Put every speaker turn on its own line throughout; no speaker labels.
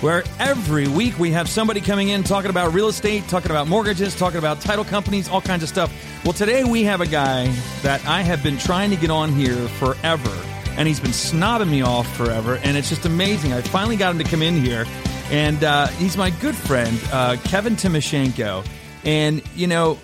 where every week we have somebody coming in talking about real estate, talking about mortgages, talking about title companies, all kinds of stuff. Well, today we have a guy that I have been trying to get on here forever, and he's been snobbing me off forever, and it's just amazing. I finally got him to come in here, and uh, he's my good friend, uh, Kevin Timoshenko. And, you know,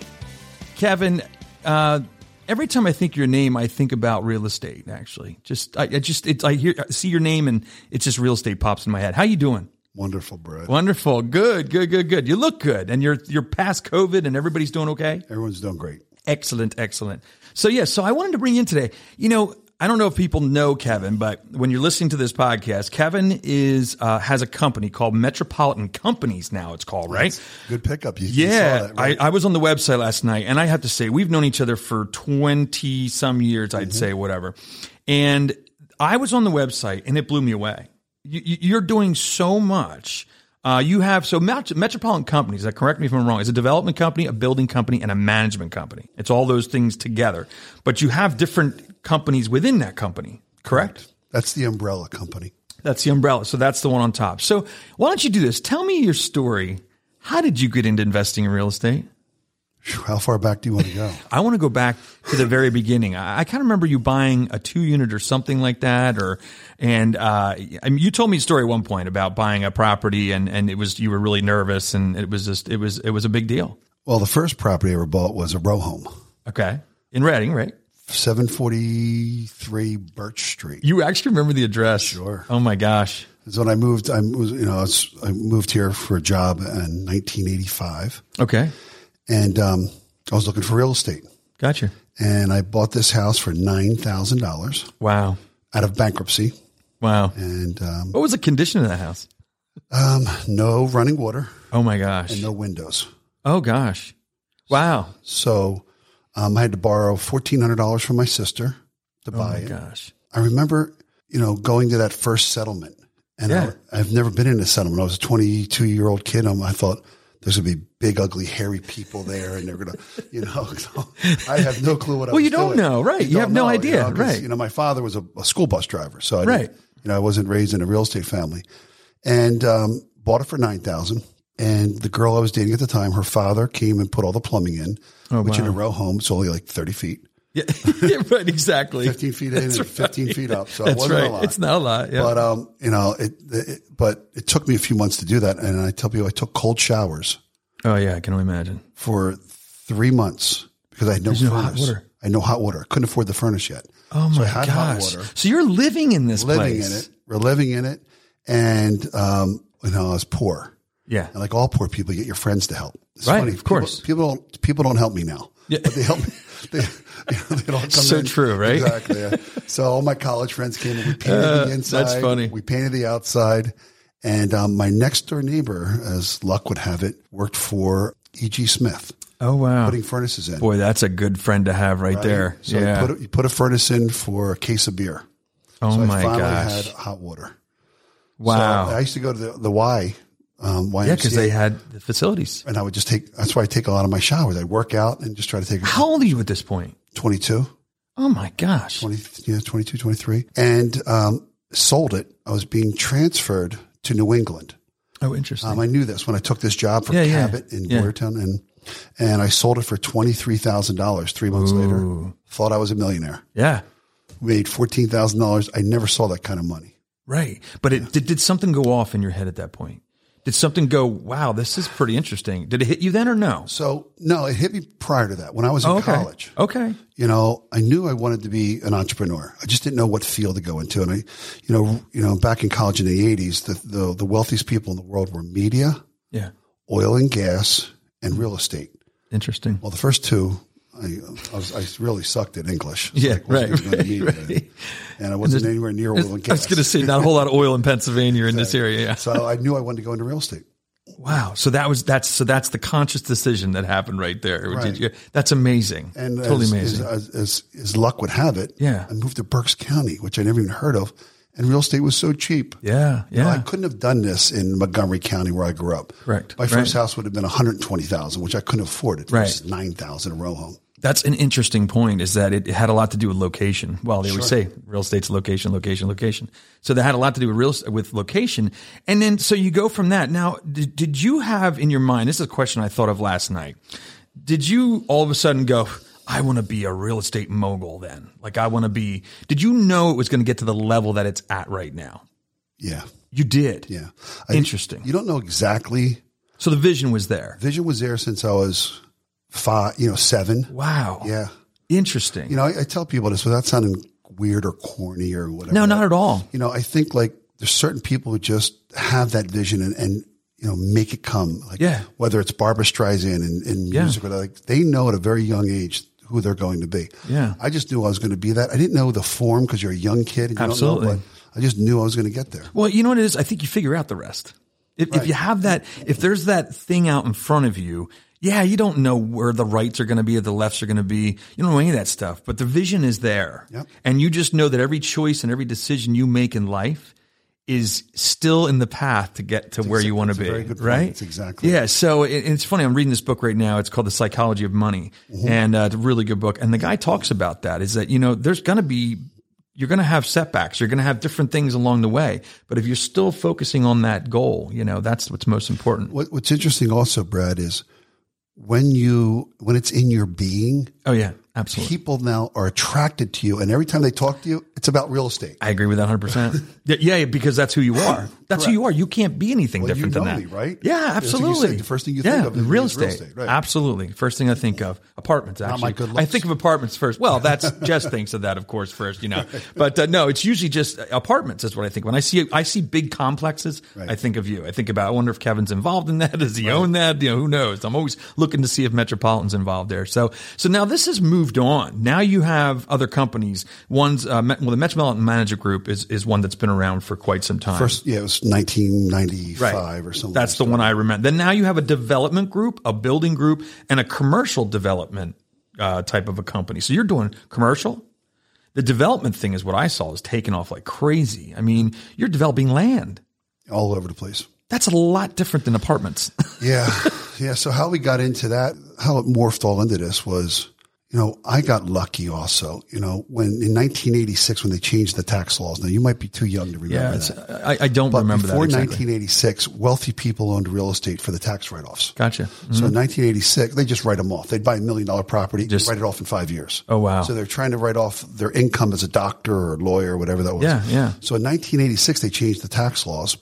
Kevin, uh, every time I think your name, I think about real estate. Actually, just I, I just it's I hear I see your name and it's just real estate pops in my head. How you doing?
Wonderful, Brad.
Wonderful, good, good, good, good. You look good, and you're you're past COVID, and everybody's doing okay.
Everyone's doing great.
Excellent, excellent. So yeah, so I wanted to bring in today. You know, I don't know if people know Kevin, but when you're listening to this podcast, Kevin is uh, has a company called Metropolitan Companies. Now it's called right.
Good pickup. You, you
Yeah,
saw that, right?
I, I was on the website last night, and I have to say we've known each other for twenty some years, I'd
Mm-hmm.
say, whatever. And I was on the website, and it blew me away. You, you- you're doing so much. Uh, you have so Met- Metropolitan Companies. That correct me if I'm wrong. Is a development company, a building company, and a management company. It's all those things together. But you have different companies within that company. Correct.
That's the umbrella company.
That's the umbrella. So that's the one on top. So why don't you do this? Tell me your story. How did you get into investing in real estate?
Phew, How far back do you want to go?
I want to go back to the very beginning. I, I kind of remember you buying a two unit or something like that, or and uh, I mean, you told me a story at one point about buying a property, and and it was you were really nervous, and it was just it was it was a big deal.
well, the first property I ever bought was a row home,
Okay, in Reading, right?
743 Birch Street.
You actually remember the address?
Sure.
Oh my gosh.
It's when I moved. I was, you know, I, was, I moved here for a job in 1985,
Okay,
and um, I was looking for real estate,
gotcha.
and I bought this house for nine thousand dollars
Wow,
out of bankruptcy,
wow.
and um,
What was the condition of that house?
um, no running water
Oh my gosh.
and no windows.
Oh gosh. Wow.
So um, I had to borrow fourteen hundred dollars from my sister to
Oh
buy
my
it.
gosh.
I remember, you know, going to that first settlement, and
Yeah.
I, I've never been in a settlement. I was a twenty-two year old kid. and I thought there's gonna be big, ugly, hairy people there, and they're gonna, you know, so I have no clue what. I
Well,
was
you don't
doing.
know, right. You have no
know,
idea,
know, 'cause,
right.
You know, my father was a, a school bus driver, so I didn't-
Right.
You know, I wasn't raised in a real estate family, and um, bought it for nine thousand. And the girl I was dating at the time, her father came and put all the plumbing in,
Oh,
which in a row home, it's only like thirty feet.
Yeah. Yeah, right. Exactly.
15 feet in and 15 feet up. So it
That's
wasn't
right.
a lot.
It's not a lot. Yeah.
But, um, you know, it, it, but it took me a few months to do that. And I tell people I took cold showers
oh yeah, I can only imagine.
for three months because I had no
no
furnace.
hot water.
I had no hot water. I couldn't afford the furnace yet.
Oh
so I
my
had hot
gosh!
water,
So you're living in this
living
place.
in it. We're living in it. And, um, you know, I was poor.
Yeah.
And like all poor people, you get your friends to help. It's
Right,
funny.
of course.
People, people don't people don't help me now.
Yeah.
But they help me. They, you know, they don't come
So
in.
true, right? Uh,
Exactly. yeah. So all my college friends came and we painted the inside.
funny.
We painted the outside. And um, my next door neighbor, as luck would have it, worked for E.G. Smith,
Oh wow,
putting furnaces in.
boy, that's a good friend to have right, there.
So
yeah.
he, put a, he put a furnace in for a case of beer.
oh
so
my
I finally
gosh!
had hot water.
wow.
So I used to go to the, the Y. Um, YMCA.
yeah, because they had the facilities.
and I would just take. That's why I take a lot of my showers. I work out and just try to take
How old are you at this point?
22,
Oh my gosh!
20, yeah, 22, 23, and um, sold it. I was being transferred to New England.
Oh, interesting.
Um, I knew this when I took this job for
Yeah, yeah.
Cabot in
Yeah.
Boyertown, and and I sold it for twenty three thousand dollars. Three months later, thought I was a millionaire.
yeah.
Made fourteen thousand dollars. I never saw that kind of money.
Right. But it did, did something go off in your head at that point? Did something go? Wow, this is pretty interesting. Did it hit you then or no?
So no, it hit me prior to that when I was in
Oh, okay.
college.
Okay.
you know, I knew I wanted to be an entrepreneur. I just didn't know what field to go into. And I, you know, you know, back in college in the eighties, the, the, the wealthiest people in the world were media,
Yeah.
oil and gas, and real estate.
Interesting.
Well, the first two, I, I, was, I really sucked at English. It's
Yeah,
I wasn't
right,
even in media.
right.
And I wasn't anywhere near oil and gas.
I was going to say not a whole lot of oil in Pennsylvania in this area. Yeah.
so I knew I wanted to go into real estate.
Wow. So that was that's so that's the conscious decision that happened right there.
Right.
Did you- that's amazing.
And
totally
as,
amazing.
As, as, as luck would have it,
Yeah.
I moved to Berks County, which I never even heard of, and real estate was so cheap.
yeah.
You know,
Yeah.
I couldn't have done this in Montgomery County where I grew up.
Correct.
My first
Right.
house would have been one hundred twenty thousand, which I couldn't afford. It was
Right.
nine thousand a row home.
that's an interesting point is that it had a lot to do with location. Well, they would say real estate's location, location, location. So that had a lot to do with real with location. And then so you go from that. Now, did, did you have in your mind this is a question I thought of last night. Did you all of a sudden go I want to be a real estate mogul then? Like I want to be Did you know it was going to get to the level that it's at right now?
Yeah,
You did.
yeah.
Interesting.
You don't know exactly.
So the vision was there.
Vision was there since I was five, you know, seven.
Wow.
Yeah.
Interesting.
You know, I, I tell people this without sounding weird or corny or whatever.
no, not at all.
you know, I think like there's certain people who just have that vision and, and you know, make it come. Like,
Yeah.
Whether it's Barbara Streisand in, in
Yeah.
music or like they know at a very young age who they're going to be.
Yeah.
I just knew I was going to be that. I didn't know the form because you're a young kid and you
Absolutely.
don't know, but I just knew I was going to get there.
Well, you know what it is? I think you figure out the rest. If, if you have that, if there's that thing out in front of you, yeah, you don't know where the rights are going to be or the lefts are going to be. You don't know any of that stuff, but the vision is there.
Yep.
And you just know that every choice and every decision you make in life is still in the path to get to where you want to
that's
be.
a very good point.
right?
That's exactly-
Yeah. So it, it's funny. I'm reading this book right now. It's called The Psychology of Money,
Mm-hmm.
and uh, it's a really good book. And the guy talks about that. Is that you know there's going to be you're going to have setbacks. You're going to have different things along the way. But if you're still focusing on that goal, you know that's what's most important.
What, what's interesting also, Brad, is when you, when it's in your being,
Oh yeah, absolutely.
people now are attracted to you. And every time they talk to you, it's about real estate.
I agree with that 100%. yeah, yeah, because that's who you are. That's who you are. You can't be anything
you
different
know
than
me,
that.
right?
Yeah,
That's what you said.
absolutely.
The first thing you
yeah,
think of is
real
real
estate.
estate, right.
Absolutely. First thing I think of apartments actually.
my good
I
looks.
think of apartments first. Well, that's Jess thinks of that of course first, you know. But uh, no, it's usually just apartments is what I think. When I see I see big complexes, I think of you. I think about I wonder if Kevin's involved in that. Does he own that? You know, who knows? I'm always looking to see if Metropolitan's involved there. So so now this has moved on. Now you have other companies. One's uh, Me- well the Metropolitan Manager Group is is one that's been around for quite some time.
First, yeah, it was 1995 or something.
That's the one I remember. Then now you have a development group, a building group, and a commercial development uh, type of a company. So you're doing commercial. The development thing is what I saw is taking off like crazy. I mean, you're developing land.
all over the place.
That's a lot different than apartments.
Yeah. yeah. So how we got into that, how it morphed all into this was, you know, I got lucky also, you know, when in 1986, when they changed the tax laws. Now you might be too young to remember
Yeah, it's,
that.
I, I don't remember that
Before
exactly.
1986, wealthy people owned real estate for the tax write offs.
Gotcha.
So in 1986, they just write them off. They'd buy a million dollar property,
Just-
write it off in five years.
Oh, wow.
So they're trying to write off their income as a doctor or lawyer or whatever that was.
Yeah, yeah.
So in 1986, they changed the tax laws,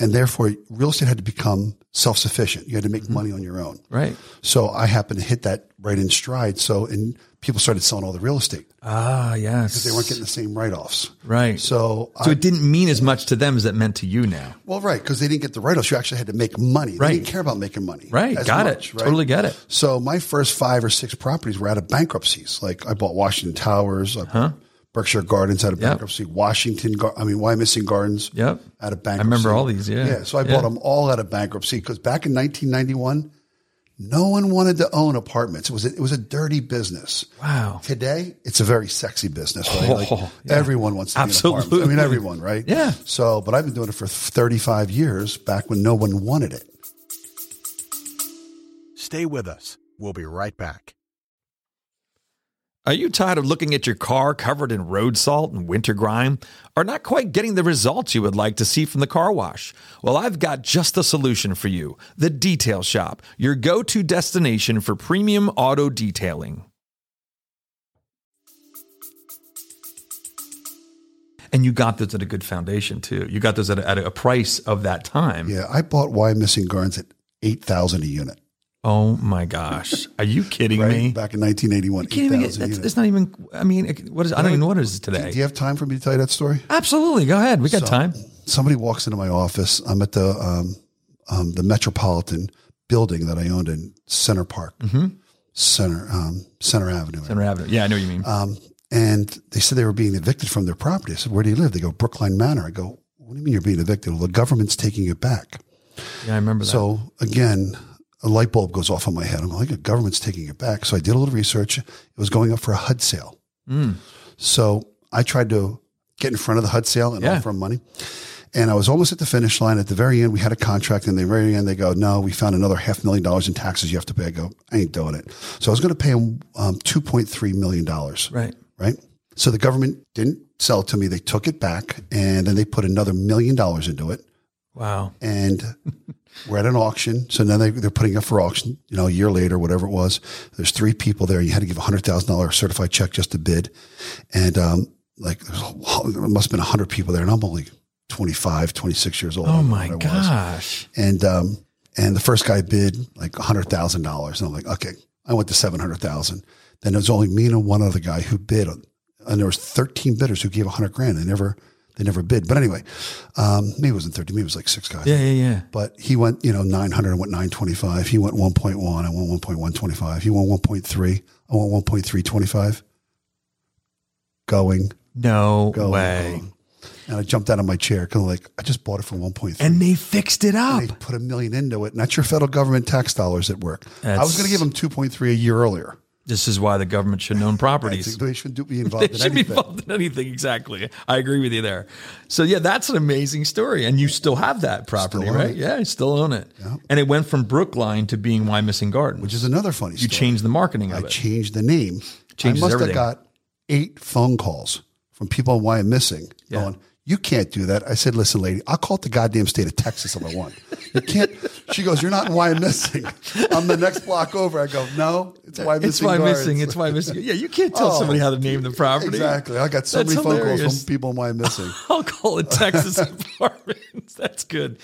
and therefore real estate had to become self sufficient. You had to
Mm-hmm.
make money on your own.
Right.
So I happened to hit that right in stride. So and people started selling all the real estate.
Ah, yes.
They weren't getting the same write offs.
right. So,
So, I,
it didn't mean as much to them as it meant to you now.
well, right, because they didn't get the write offs. You actually had to make money.
Right.
They didn't care about making money.
Right.
as
got
much,
it. Totally get it.
So my first five or six properties were out of bankruptcies. Like I bought Washington Towers, I bought Berkshire Gardens out of
Yep.
bankruptcy, Washington, Gar- I mean, Wyomissing Gardens
Yep.
out of bankruptcy.
remember all these, yeah.
Yeah. So I
Yeah.
bought them all out of bankruptcy because back in 1991, no one wanted to own apartments. It was a, it was a dirty business.
Wow.
Today, it's a very sexy business. Right? Like,
Oh, yeah.
Everyone wants to Absolutely.
Absolutely.
I mean, everyone, right?
Yeah.
So, but I've been doing it for 35 years back when no one wanted it.
Stay with us. We'll be right back.
Are you tired of looking at your car covered in road salt and winter grime? Or not quite getting the results you would like to see from the car wash? Well, I've got just the solution for you The Detail Shop, your go to destination for premium auto detailing. And you got those at a good foundation, too. You got those at a, at a price of that time.
Yeah. I bought Wyomissing Gardens at 8000 a unit.
Oh my gosh. Are you kidding
right?
me?
Back in 1981,
Can't even get-
8,000
that's,
units.
that's not even, I mean, what is, I don't even know what it is today.
Do you have time for me to tell you that story?
Absolutely. Go ahead. We got time.
Somebody walks into my office. I'm at the um, um, the Metropolitan building that I owned in Center Park,
Mm-hmm.
Center um, Center Avenue,
Center Avenue. Yeah, I know what you mean.
Um, and they said they were being evicted from their property. I said, "Where do you live?" They go, "Brookline Manor." I go, "What do you mean you're being evicted?" Well, the government's taking it back.
Yeah, I remember that.
So again, a light bulb goes off in my head. I'm like, the government's taking it back. So I did a little research. It was going up for a HUD sale.
Mm,
So I tried to get in front of the HUD sale and
Yeah.
offer them money. And I was almost at the finish line. At the very end, we had a contract. And the very end, they go, "No, we found another half million dollars in taxes you have to pay." I go, "I ain't doing it." So I was going to pay them um, two point three million dollars
right.
right? So the government didn't sell it to me. They took it back and then they put another million dollars into it.
Wow.
And we're at an auction. So now they, they're putting it up for auction, you know, a year later, whatever it was. There's three people there. You had to give a $100,000 certified check just to bid. And um, like, there's a, whole- there must have been 100 people there. And I'm only 25, 26 years old. I
Oh
don't know
my
what I was.
gosh.
And, um, and the first guy bid like $100,000. And I'm like, okay, I went to 700,000. Then it was only me and one other guy who bid on, and there was 13 bidders who gave 100 grand. They never, they never bid. But anyway, um, maybe it wasn't 13, maybe it was like six guys.
Yeah, yeah, yeah.
But he went, you know, 900 and went 925. He went 1.1. I went 1.125. He went 1.3. I went 1.325. Going,
No
going,
way.
going. And I jumped out of my chair, kind of like, I just bought it for 1.3
And they fixed it up.
they put a million into it. and That's your federal government tax dollars at work. I was
That's-
going to give them 2.3 a year earlier.
This is why the government should own
I
properties.
think they should do, be involved
They
in
should be
anything.
involved in anything. Exactly. I agree with you there. So yeah, that's an amazing story. And you still have that property,
own
right?
it.
Yeah, you still own it. And it went from Brookline to being Missing Garden.
Which is another funny
you
story.
changed the marketing
I
of it.
changed the name.
Changes
I must
everything.
have got eight phone calls from people on why I'm missing going, you can't do that. I said, listen, lady, I'll call it the goddamn state of Texas if I want. You can't. She goes, you're not in why I'm missing. I'm the next block over. I go, no, it's why I'm missing.
it's why
Gardens."
missing. It's why missing. Yeah, you can't tell
Oh,
somebody how to name the property.
Exactly. I got so
That's
many phone calls
hilarious.
from people on why I'm missing.
I'll call it Texas Apartments. That's good.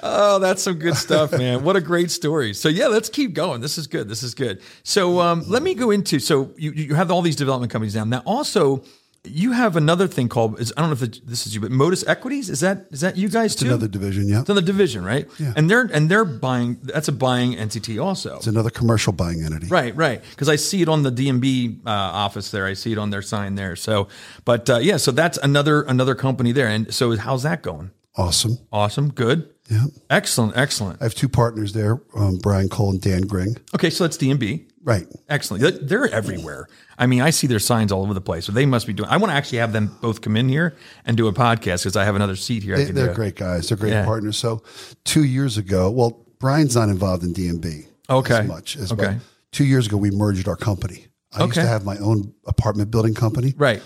Oh, that's some good stuff, man. What a great story. So yeah, let's keep going. This is good. This is good. So um, let me go into. So you, you have all these development companies now. Now also. You have another thing called is I don't know if it, this is you, but Modus Equities is that is that you guys too?
Another division, yeah.
It's another division, right? Yeah. And they're and they're buying. That's a buying entity also.
It's another commercial buying entity.
Right, right. Because I see it on the DMB uh, office there. I see it on their sign there. So, but uh, yeah, so that's another another company there. And so, how's that going?
Awesome.
Awesome, good,
Yeah.
excellent, excellent.
I have two partners there, um, Brian Cole and Dan Gring.
Okay, so that's DMB.
Right.
Excellent. They're- They're everywhere. I mean, I see their signs all over the place. So they must be doing. I want to actually have them both come in here and do a podcast because I have another seat here. I
They,
can
they're
do.
great guys. They're great
Yeah.
partners. So two years ago, well, Brian's not involved in DMB
Oh, Okay.
as much as
Okay.
well. Two years ago, we merged our company. I used
Okay.
to have my own apartment building company.
Right.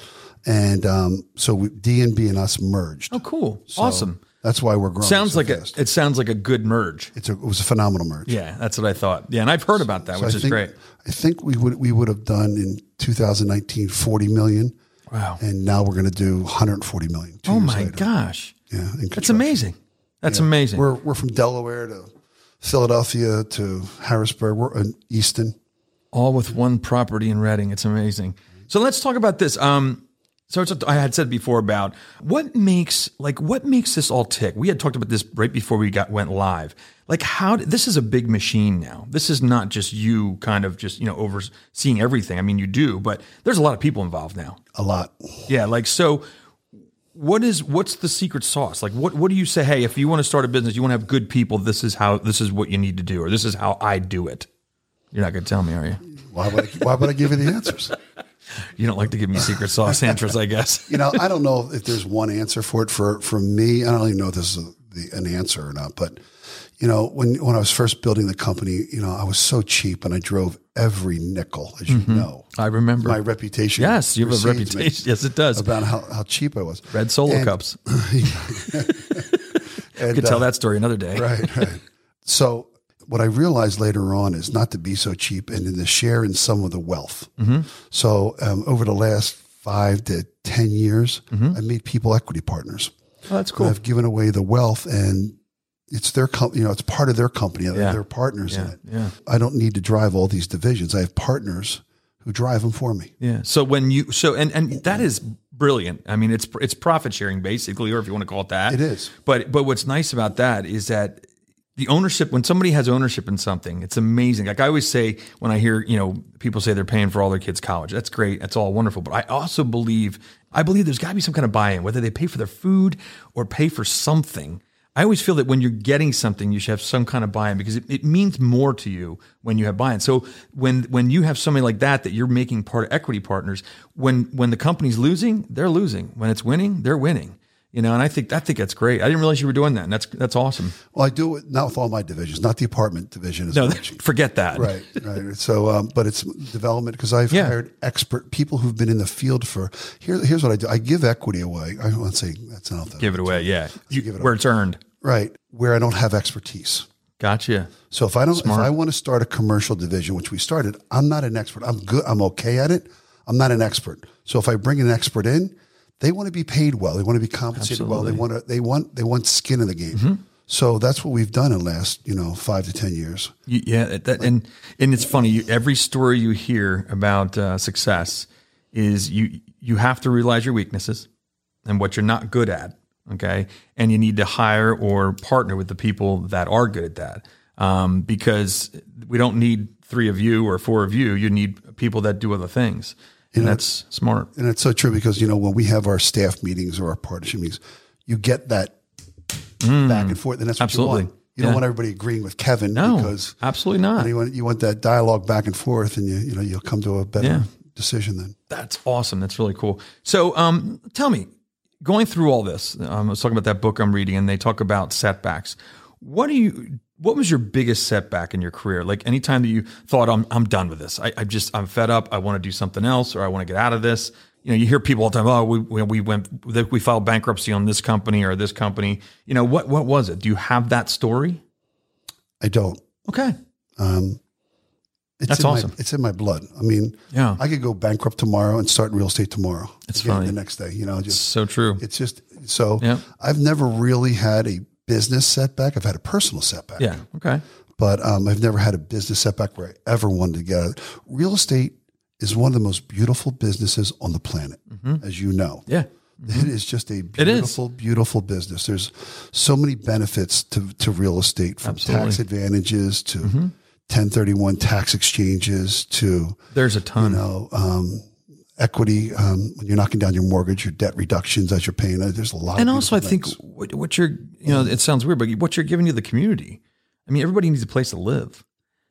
And um, so we, DNB and us merged.
Oh, cool.
So
awesome.
That's why we're growing.
Sounds
so
like a,
fast.
it sounds like a good merge.
it's a, it was a phenomenal merge.
Yeah, that's what I thought. Yeah, and I've heard about that,
So
which
I
is
think,
great.
I think we would we would have done in 2019 40 million.
Wow.
And now we're going to do 140 million. two
Oh
years
my
later.
gosh.
Yeah, in
That's
construction.
amazing. That's amazing.
We're we're from Delaware to Philadelphia to Harrisburg. We're in Easton.
all with one property in Reading. It's amazing. So let's talk about this. Um, so it's, I had said before about what makes like what makes this all tick. We had talked about this right before we got went live. Like how did- this is a big machine now. This is not just you kind of just you know overseeing everything. I mean you do, but there's a lot of people involved now.
A lot.
Yeah, like so. What is what's the secret sauce? Like what what do you say? Hey, if you want to start a business, you want to have good people. This is how this is what you need to do, or this is how I do it. You're not going to tell me, are you?
Why would I, why would I give you the answers?
You don't like to give me secret sauce answers, I guess.
You know, I don't know if there's one answer for it. For for me, I don't even know if this is a, the, an answer or not. But you know, when when I was first building the company, you know, I was so cheap, and I drove every nickel, as you know.
I remember.
my reputation.
Mm-hmm. yes, you have a
precedes me
reputation. Yes, it does.
about how, how cheap I was.
Red Solo
And-
cups.
And,
Could tell
uh,
that story another day.
right, right. So what I realized later on is not to be so cheap and then to share in some of the wealth.
Mm-hmm.
So um, over the last five to ten years, I made people equity partners.
Oh, that's
And
Mm-hmm. cool.
I've given away the wealth and. It's their company, you know, it's part of their company. They're,
Yeah.
they're partners in it.
yeah.
I don't need to drive all these divisions. I have partners who drive them for me.
Yeah. So when you so and and that is brilliant. I mean, it's it's profit sharing basically, or if you want to call it that,
It is.
But but what's nice about that is that the ownership when somebody has ownership in something, it's amazing. Like I always say when I hear you know people say they're paying for all their kids' college, that's great, that's all wonderful. But I also believe I believe there's got to be some kind of buy-in, whether they pay for their food or pay for something. I always feel that when you're getting something, you should have some kind of buy-in because it, it means more to you when you have buy-in. So when when you have somebody like that that you're making part of equity partners, when when the company's losing, they're losing. When it's winning, they're winning. You know, and I think I think that's great. I didn't realize you were doing that. And that's that's awesome.
Well, I do it not with all my divisions, not the apartment division as
No,
much.
forget that.
right, right. So, um, but it's development because I've
Yeah.
hired expert people who've been in the field for. Here, here's what I do: I give equity away. I don't want to say that's not the,
Give it away. Yeah, You-
Give it
where it's earned.
right where I don't have expertise.
Gotcha.
So if I don't, if I want to start a commercial division, which we started, I'm not an expert. I'm good. I'm okay at it. I'm not an expert. So if I bring an expert in, they want to be paid well. They want to be compensated well. They want to, they want, they want skin in the game.
Mm-hmm.
So that's what we've done in the last, you know, five to 10 years.
You- Yeah, that, that- and and it's funny. You, every story you hear about uh, success is you you have to realize your weaknesses and what you're not good at. Okay, and you need to hire or partner with the people that are good at that um, because we don't need three of you or four of you. You need people that do other things, and that's smart.
And it's so true because, you know, when we have our staff meetings or our partnership meetings, you get that back and forth. And that's what
Mm. absolutely.
you want. You don't want everybody agreeing with Kevin
No,
because
absolutely not.
you want, you want that dialogue back and forth and you, you know, you'll come to a better decision then.
That's awesome. That's really cool. So, um, tell me, going through all this, um, I was talking about that book I'm reading, and they talk about setbacks. What do you? What was your biggest setback in your career? Like any time that you thought, "I'm I'm done with this. I, I just I'm fed up. I want to do something else, or I want to get out of this." You know, you hear people all the time. Oh, we we, we went we filed bankruptcy on this company or this company. You know what what was it? Do you have that story?
I don't.
Okay.
Um, it's
That's
in
awesome.
My, it's in my blood. I mean,
Yeah.
I could go bankrupt tomorrow and start real estate tomorrow. It's
funny.
The next day, you know, just
So true.
it's just so.
Yeah.
I've never really had a business setback. I've had a personal setback,
Yeah. Okay.
but um, I've never had a business setback where I ever wanted to get out. Real estate is one of the most beautiful businesses on the planet, as you know.
Yeah.
It is just a
Mm-hmm. is.
beautiful, beautiful business. There's so many benefits to, to real estate from tax advantages to
Mm-hmm.
1031 tax exchanges to
There's a ton.
you know, um, equity. Um, when you're knocking down your mortgage, your debt reductions as you're paying. uh, There's a lot.
and
of
also I
beautiful
think
things.
what, what you're you know it sounds weird, but what you're giving to the community. I mean, everybody needs a place to live.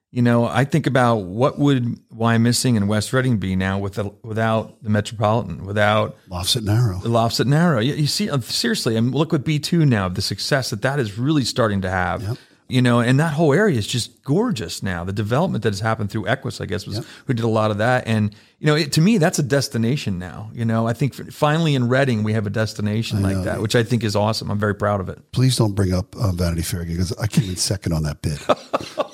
You know, I think about what would why missing and West Reading be now with the, without the Metropolitan, without
Lofts it narrow.
the Lofts at Narrow. You, you see, uh, seriously, and look what B two now the success that that is really starting to have. You know, and that whole area is just gorgeous now. The development that has happened through Equus, I guess, was who did a lot of that. And you know, it, to me, that's a destination now. You know, I think finally in Reading we have a destination like that, which I think is awesome. I'm very proud of it.
Please don't bring up um, Vanity Fair again because I came in second on that bid.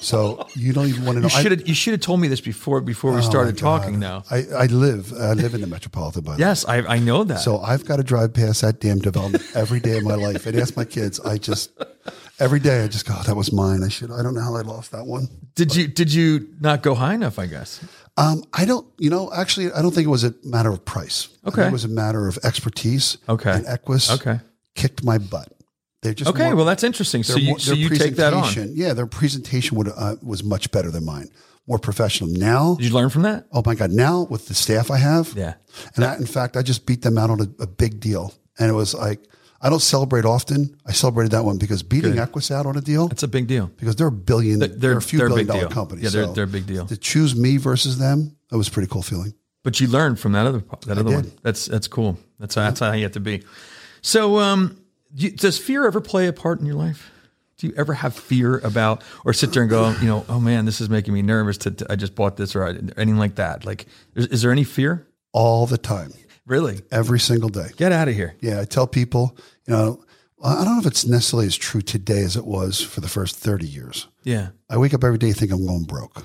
so you don't even want to know.
You should have you should have told me this before before
Oh,
we started talking. Now,
I, I live. I live in the metropolitan. By the way.
yes, I, I know that.
So I've got to drive past that damn development every day of my life. And ask my kids, I just every day I just go, "Oh, that was mine. I should. I don't know how I lost that one.
did you did you not go high enough? I guess.
Um, I don't. You know, actually, I don't think it was a matter of price. I think
Okay.
it was a matter of expertise.
Okay.
and Equus.
Okay.
kicked my butt. They're just
Okay,
more-
well that's interesting. So
their
you
mo-
so
their
you take that on. Did
presentation- Yeah, their presentation would, uh, was much better than mine. More professional now.
you learn from that?
Oh my God! Now with the staff I have,
Yeah.
And I, in fact, I just beat them out on a, a big deal, and it was like I don't celebrate often. I celebrated that one because beating Equus out on a deal
That's a big deal.
because they're a billion, they're,
they're-
a few
they're a
billion
big
dollar
deal.
companies.
Yeah, they're- they're a big deal.
To choose me versus them, that was a pretty cool feeling.
But you learned from that other po- that other one.
did.
That's that's cool. That's that's how you have to be. So, um, do you, does fear ever play a part in your life? Do you ever have fear about or sit there and go, you know, oh man, this is making me nervous. To, to- I just bought this or I, didn't- anything like that. Like, is, is there any fear?
All the time,
Really?
every single day.
Get out of here.
Yeah, I tell people, you know, I don't know if it's necessarily as true today as it was for the first thirty years.
Yeah.
I wake up every day thinking I'm going broke.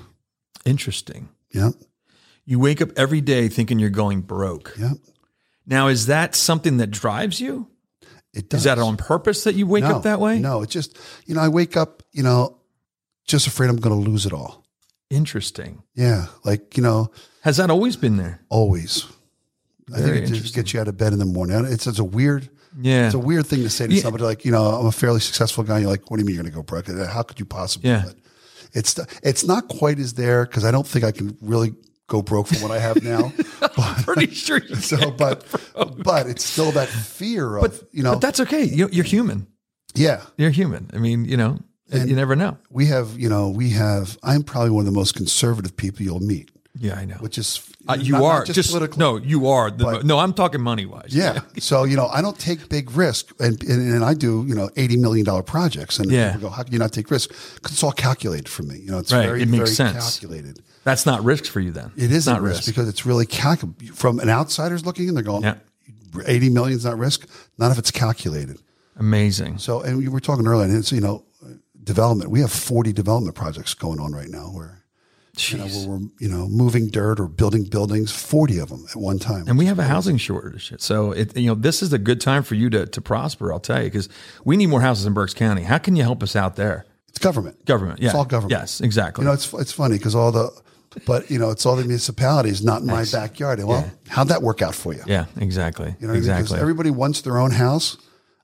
Interesting.
Yeah,
You wake up every day thinking you're going broke.
yeah.
Now, is that something that drives you?
It does.
Is that on purpose that you wake
no,
up that way?
No, it's just you know I wake up you know just afraid I'm going to lose it all.
Interesting.
Yeah, like you know
Has that always been there?
always. I
Very
think it just gets you out of bed in the morning. It's it's a weird
Yeah.
it's a weird thing to say to
Yeah.
somebody like you know I'm a fairly successful guy. You're like, what do you mean you're going to go broke? How could you possibly?
Yeah.
But it's it's not quite as there because I don't think I can really go broke for what I have now. but,
pretty sure you
so, but but it's still that fear of
but
you know
but that's okay. You- You're, human.
Yeah.
You're human. I mean, you know,
And-
you never know.
We have, you know, we have, I'm probably one of the most conservative people you'll meet,
Yeah, I know.
which is,
uh, you
not- not
are just,
politically.
no, you are. The,
but-
no, I'm talking money wise.
Yeah. So, you know, I don't take big risk and, and, and I do, you know, $80 million projects and
Yeah.
people go, how can you not take risk? Cause it's all calculated for me. You know, it's
Right.
very,
It makes
very
sense.
calculated.
that's not risk for you then.
It is
not
not risk, because it's really calc- from an outsider's looking in, they're going,
Yeah.
80 million is not risk. Not if it's calculated.
Amazing.
So, and we were talking earlier and it's, you know, development, we have 40 development projects going on right now where, you know, where we're, you know, moving dirt or building buildings, 40 of them at one time.
And we have a housing shortage. So, it, you know, this is a good time for you to, to prosper, I'll tell you, because we need more houses in Berks County. How can you help us out there?
it's government.
Government. Yeah.
It's all government.
Yes, exactly.
You know, it's it's funny because all the, but you know, it's all the municipalities, not in my backyard. Well, how'd that work out for you?
yeah, exactly.
You know what I mean? 'Cause
exactly.
Everybody wants their own house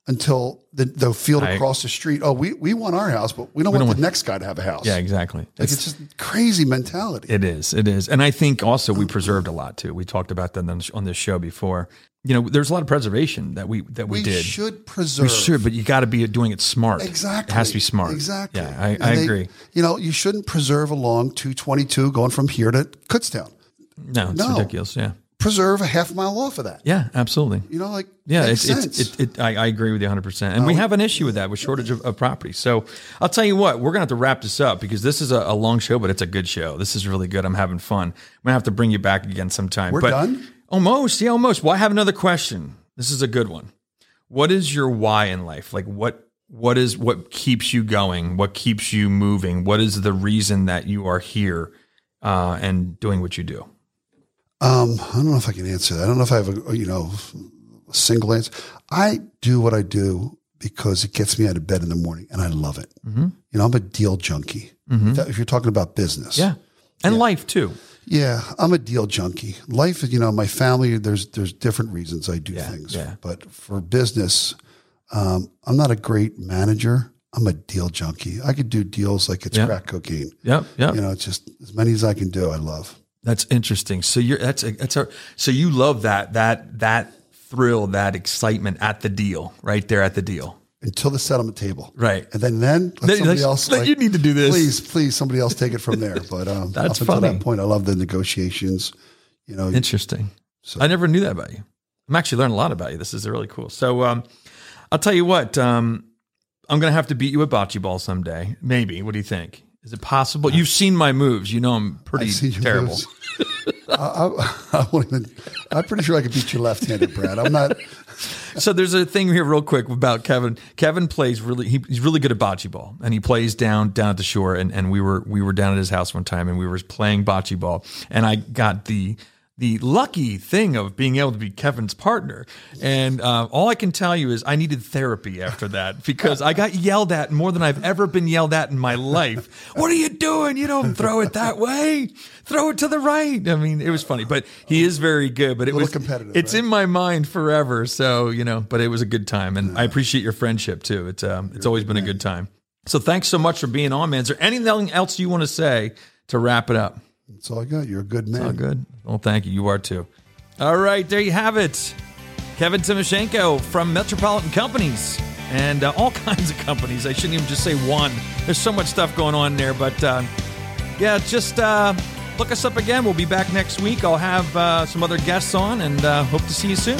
until the, the field
I-
across the street. Oh, we, we want our house, but we don't want the next guy to have a house.
yeah, exactly.
Like it's just crazy mentality.
It is. It is. And I think also
Oh.
we preserved a lot too. We talked about that on- on this show before. You know, there's a lot of preservation that we that we,
we
did.
should preserve.
We should, but you got to be doing it smart.
Exactly.
It has to be smart.
Exactly.
Yeah, I,
And
I
they-
agree.
You know, you shouldn't preserve along 222 going from here to Kutztown.
No, it's
No.
ridiculous. Yeah.
Preserve a half mile off of that.
Yeah, absolutely.
You know, like,
Yeah,
makes
it's, it's,
sense. Oh.
it, it, I, I agree with you 100%. And we have an issue with that with shortage of, of property. So I'll tell you what, we're going to have to wrap this up because this is a, a long show, but it's a good show. This is really good. I'm having fun. I'm going to have to bring you back again sometime.
We're
but
done?
Almost. Yeah, almost. Well, I have another question. This is a good one. What is your why in life? Like what what is what keeps you going? What keeps you moving? What is the reason that you are here uh, and doing what you do?
Um, I don't know if I can answer that. I don't know if I have a you know a single answer. I do what I do because it gets me out of bed in the morning, and I love it.
Mm-hmm.
You know, I'm a deal junkie. That- If you're talking about business,
Yeah. And life too.
yeah, I'm a deal junkie. Life, is, you know, my family. There's there's different reasons I do things,
yeah.
but for business, um, I'm not a great manager. I'm a deal junkie. I could do deals like it's
Yeah.
crack cocaine.
Yep. Yep.
You know, it's just as many as I can do. I love.
That's interesting. So you're that's a, that's a so you love that that that thrill, that excitement at the deal, right there at the deal.
until the settlement table.
Right.
And then, then let
Then-
somebody
then-
else.
then you need to do this.
Please, please, somebody else take it from there. But um,
That's
up until
funny.
that point, I love the negotiations. You know,
Interesting. I never knew that about you. I'm actually learning a lot about you. This is really cool. So um, I'll tell you what. Um, I'm gonna have to beat you at bocce ball someday. Maybe. What do you think? Is it possible? You've seen my moves. You know I'm pretty
I see your
terrible.
moves. I, I, I won't even. I'm pretty sure I could beat you left-handed, Brad. I'm not.
so there's a thing here real quick about Kevin. Kevin plays really he, he's really good at bocce ball and he plays down down at the shore and, and we were we were down at his house one time and we were playing bocce ball and I got the the lucky thing of being able to be Kevin's partner. And uh, all I can tell you is I needed therapy after that because I got yelled at more than I've ever been yelled at in my life. What are you doing? You don't throw it that way. Throw it to the right. I mean, it was funny, but he is very good. But it was
competitive,
It's
right?
in my mind forever. So you know, but it was a good time, and I appreciate your friendship too. It's um, it's always been a good time. So thanks so much for being on, man. Is there anything else you want to say to wrap it up?
That's all I got. You're a Oh, good
All
man.
good. Well, thank you. You are too. All right, there you have it. Kevin Timoshenko from Metropolitan Companies and uh, all kinds of companies. I shouldn't even just say one. There's so much stuff going on there, but uh, yeah, just uh, look us up again. We'll be back next week. I'll have uh, some other guests on, and uh, hope to see you soon.